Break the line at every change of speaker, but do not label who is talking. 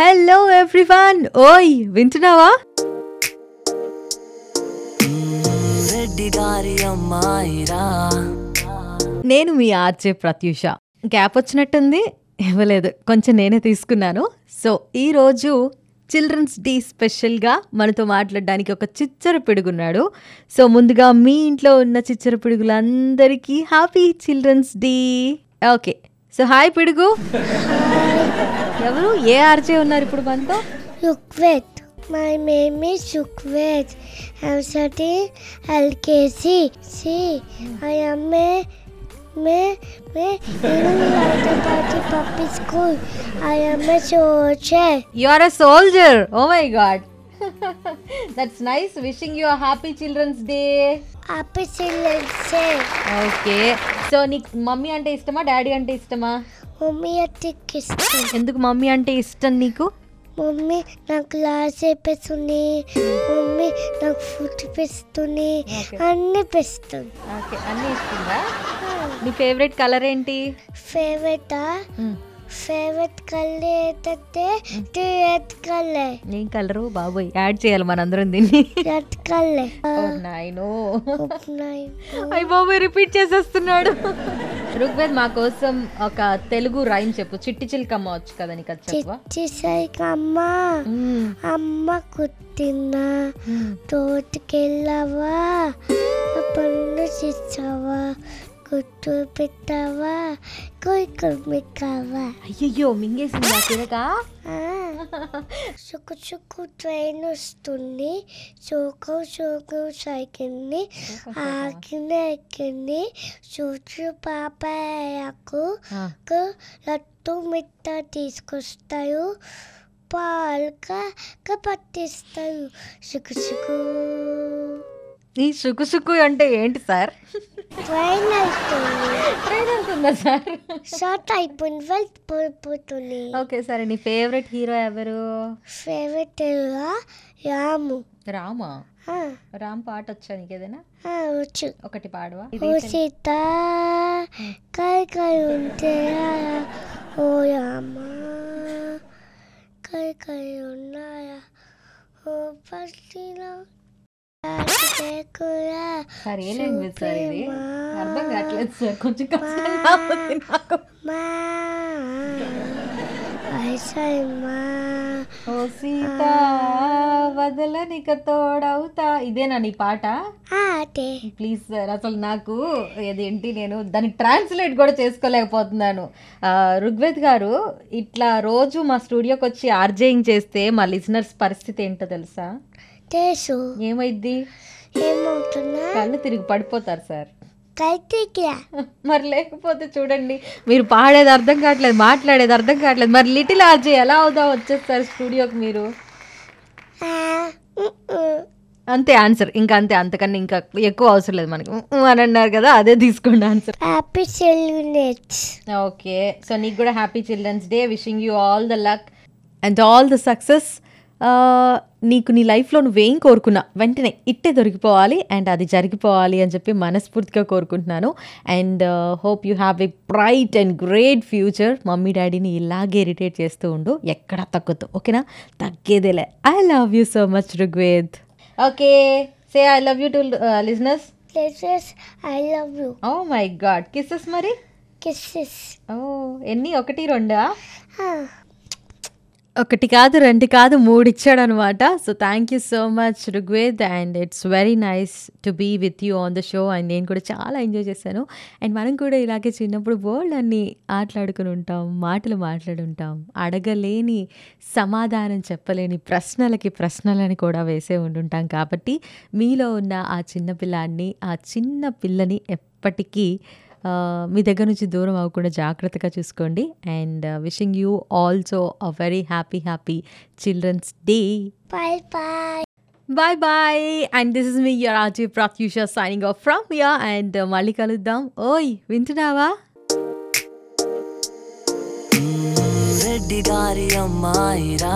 Hello everyone ఓయ్ వింటున్నావా
రెడ్డి గారి అమ్మాయిరా
నేను మీ ఆర్జే ప్రత్యూష గ్యాప్ వచ్చినట్టుంది ఇవ్వలేదు కొంచెం నేనే తీసుకున్నాను సో ఈరోజు చిల్డ్రన్స్ డే స్పెషల్గా మనతో మాట్లాడడానికి ఒక చిచ్చర పిడుగున్నాడు సో ముందుగా మీ ఇంట్లో ఉన్న చిచ్చర పిడుగులందరికీ happy children's day okay so hi పిడుగు ఎవరు ఏ ఆర్జే ఉన్నారు ఇప్పుడు మనతో
Sukhvet. My name is Sukhvet. I'm studying LKC. See, I am a me, me, in Laitapati Puppy School. I am a soldier.
You are a soldier. Oh my god. That's nice. Wishing you a happy Children's Day.
Happy Children's Day.
Okay so నీకు mummy అంటే ఇష్టమా daddy అంటే ఇష్టమా
mummy అట్టి ఇష్టం
ఎందుకు mummy అంటే ఇష్టం నీకు
మమ్మీ నాకు క్లాస్ చేపిస్తుంది మమ్మీ నాకు ఫుడ్ పెస్తుంది అన్నీ పెస్తుంది
ఓకే అన్నీ ఇష్టంగా నీ ఫేవరెట్ కలర్ ఏంటి
ఫేవరెటా ఫేవరెట్ కలర్ ఏంటంటే రెడ్ కలర్
ఏం కలరు బాబోయ్ యాడ్ చేయాలి మనందరం దీన్ని
రెడ్ కలర్
Oh, నాయనో
ఉన్నాయి
అయ్య బాబోయ్ రిపీట్ చేసేస్తున్నాడు రుగ్వేద్ మా కోసం ఒక తెలుగు రైమ్ చెప్పు చిట్టి చిలకమ్మ వచ్చు కదా నీకు అది చెప్పవా
చిట్టి సైకమ్మ
మ్మ్.
అమ్మ కుట్టిన
మ్మ్.
తోటకెళ్ళవా పన్ను చిచ్చావా కుట్టు పెట్టావా కొయ్యకుడు మిక్కావా
అయ్యయ్యో మింగేసింది నా చిలక
చుక్కు చుక్కు ట్రైన్ వస్తుంది చోకు చోకు సైకిల్ని ఆకిన ఎక్కింది చూచు పాపకు
ఆ.
నాకు లడ్డు మిట్ట తీసుకొస్తాయో పాలక పట్టిస్తాయో సుకు సుకు
ఈ సుకు సుకు అంటే ఏంటి సార్
ట్రైన్ అవుతుంది
ట్రైన్ అవుతుందా సార్
షార్ట్ అయిపోయింది వెళ్ళిపోతుంది
ఓకే సరే నీ ఫేవరెట్ హీరో ఎవరు
ఫేవరెట్ హీరో రాము
రామా
ఆ,
రామ్ పాట వచ్చా నీకేదైనా
ఆ, వచ్చు
ఒకటి పాడవా
ఓ సీత కై కై ఉంటే ఓ రామ కై కై ఉన్నాయా ఓ పక్షిలో కూడా
సార్ ఏ లాంగ్వేజ్ సార్ ఇది
సుప్రీమా.
అర్థం కావట్లేదు సార్ కొంచెం కష్టంగా ఉంది నాకు
మా వైసమ్మా
ఓ సీత వదలనిక తోడవుతా ఇదేనా నీ పాట
ఆటే
ప్లీజ్ సార్ అసలు నాకు అదేంటి నేను దాన్ని ట్రాన్స్లేట్ కూడా చేసుకోలేకపోతున్నాను ఆ, ఋగ్వేద్ గారు ఇట్లా రోజు మా స్టూడియోకి వచ్చి ఆర్జేయింగ్ చేస్తే మా లిజనర్స్ పరిస్థితి ఏంటో తెలుసా
తెలుసు
ఏమైద్ది
ఏమవుతున్నా
కళ్ళు తిరిగి పడిపోతారు సార్
కైతికిరా
మరి లేకపోతే చూడండి మీరు పాడేది అర్థం కావట్లేదు మాట్లాడేది అర్థం కావట్లేదు మరి లిటిల్ ఆర్జే ఎలా అవుదాం వచ్చేస్తారు స్టూడియోకి మీరు
ఆ, ఉ, ఉ.
అంతే ఆన్సర్ ఇంకా అంతే అంతకన్నా ఇంకా ఎక్కువ అవసరం లేదు మనకి ఉ, ఉ అని అన్నారు కదా అదే తీసుకోండి ఆన్సర్
హ్యాపీ సెల్యూనెట్స్
ఓకే సో నీకు కూడా happy children's day wishing you all the luck and all the success Uh, నీకు నీ లైఫ్లో నువ్వేం కోరుకున్నా వెంటనే ఇట్టే దొరికిపోవాలి అండ్ అది జరిగిపోవాలి అని చెప్పి మనస్ఫూర్తిగా కోరుకుంటున్నాను uh, and hope you have a bright and great future mummy డాడీని ఇలాగే ఇరిటేట్ చేస్తూ ఉండు ఎక్కడా తగ్గదు ఓకేనా తగ్గేదేలే I love you so much Rugved okay say I love you to listeners
లెసెస్ I love you
oh my god kisses మరి
కిస్సెస్
ఓ ఎన్ని ఒకటి రెండా
Ah,
ఒకటి కాదు రెండు కాదు మూడు ఇచ్చాడు అనమాట so thank you so much Rugved and it's very nice to be with you on the show and నేను కూడా చాలా ఎంజాయ్ చేశాను అండ్ మనం కూడా ఇలాగే చిన్నప్పుడు బోల్డ్ అన్ని ఆటలాడుకుని ఉంటాం మాటలు మాట్లాడి ఉంటాం అడగలేని సమాధానం చెప్పలేని ప్రశ్నలకి ప్రశ్నలని కూడా వేసే ఉండుంటాం కాబట్టి మీలో ఉన్న ఆ చిన్న పిల్లాన్ని ఆ చిన్న పిల్లని ఎప్పటికీ ఆ, మీ దగ్గర నుంచి దూరం అవ్వకుండా జాగ్రత్తగా చూసుకోండి and uh, wishing you also a very happy happy children's day
bye bye
bye bye and this is me your RJ Pratyusha signing off from yeah and uh, మళ్ళీ కలుద్దాం ఓయ్ వింటున్నావా
రెడ్డి గారి అమ్మాయిరా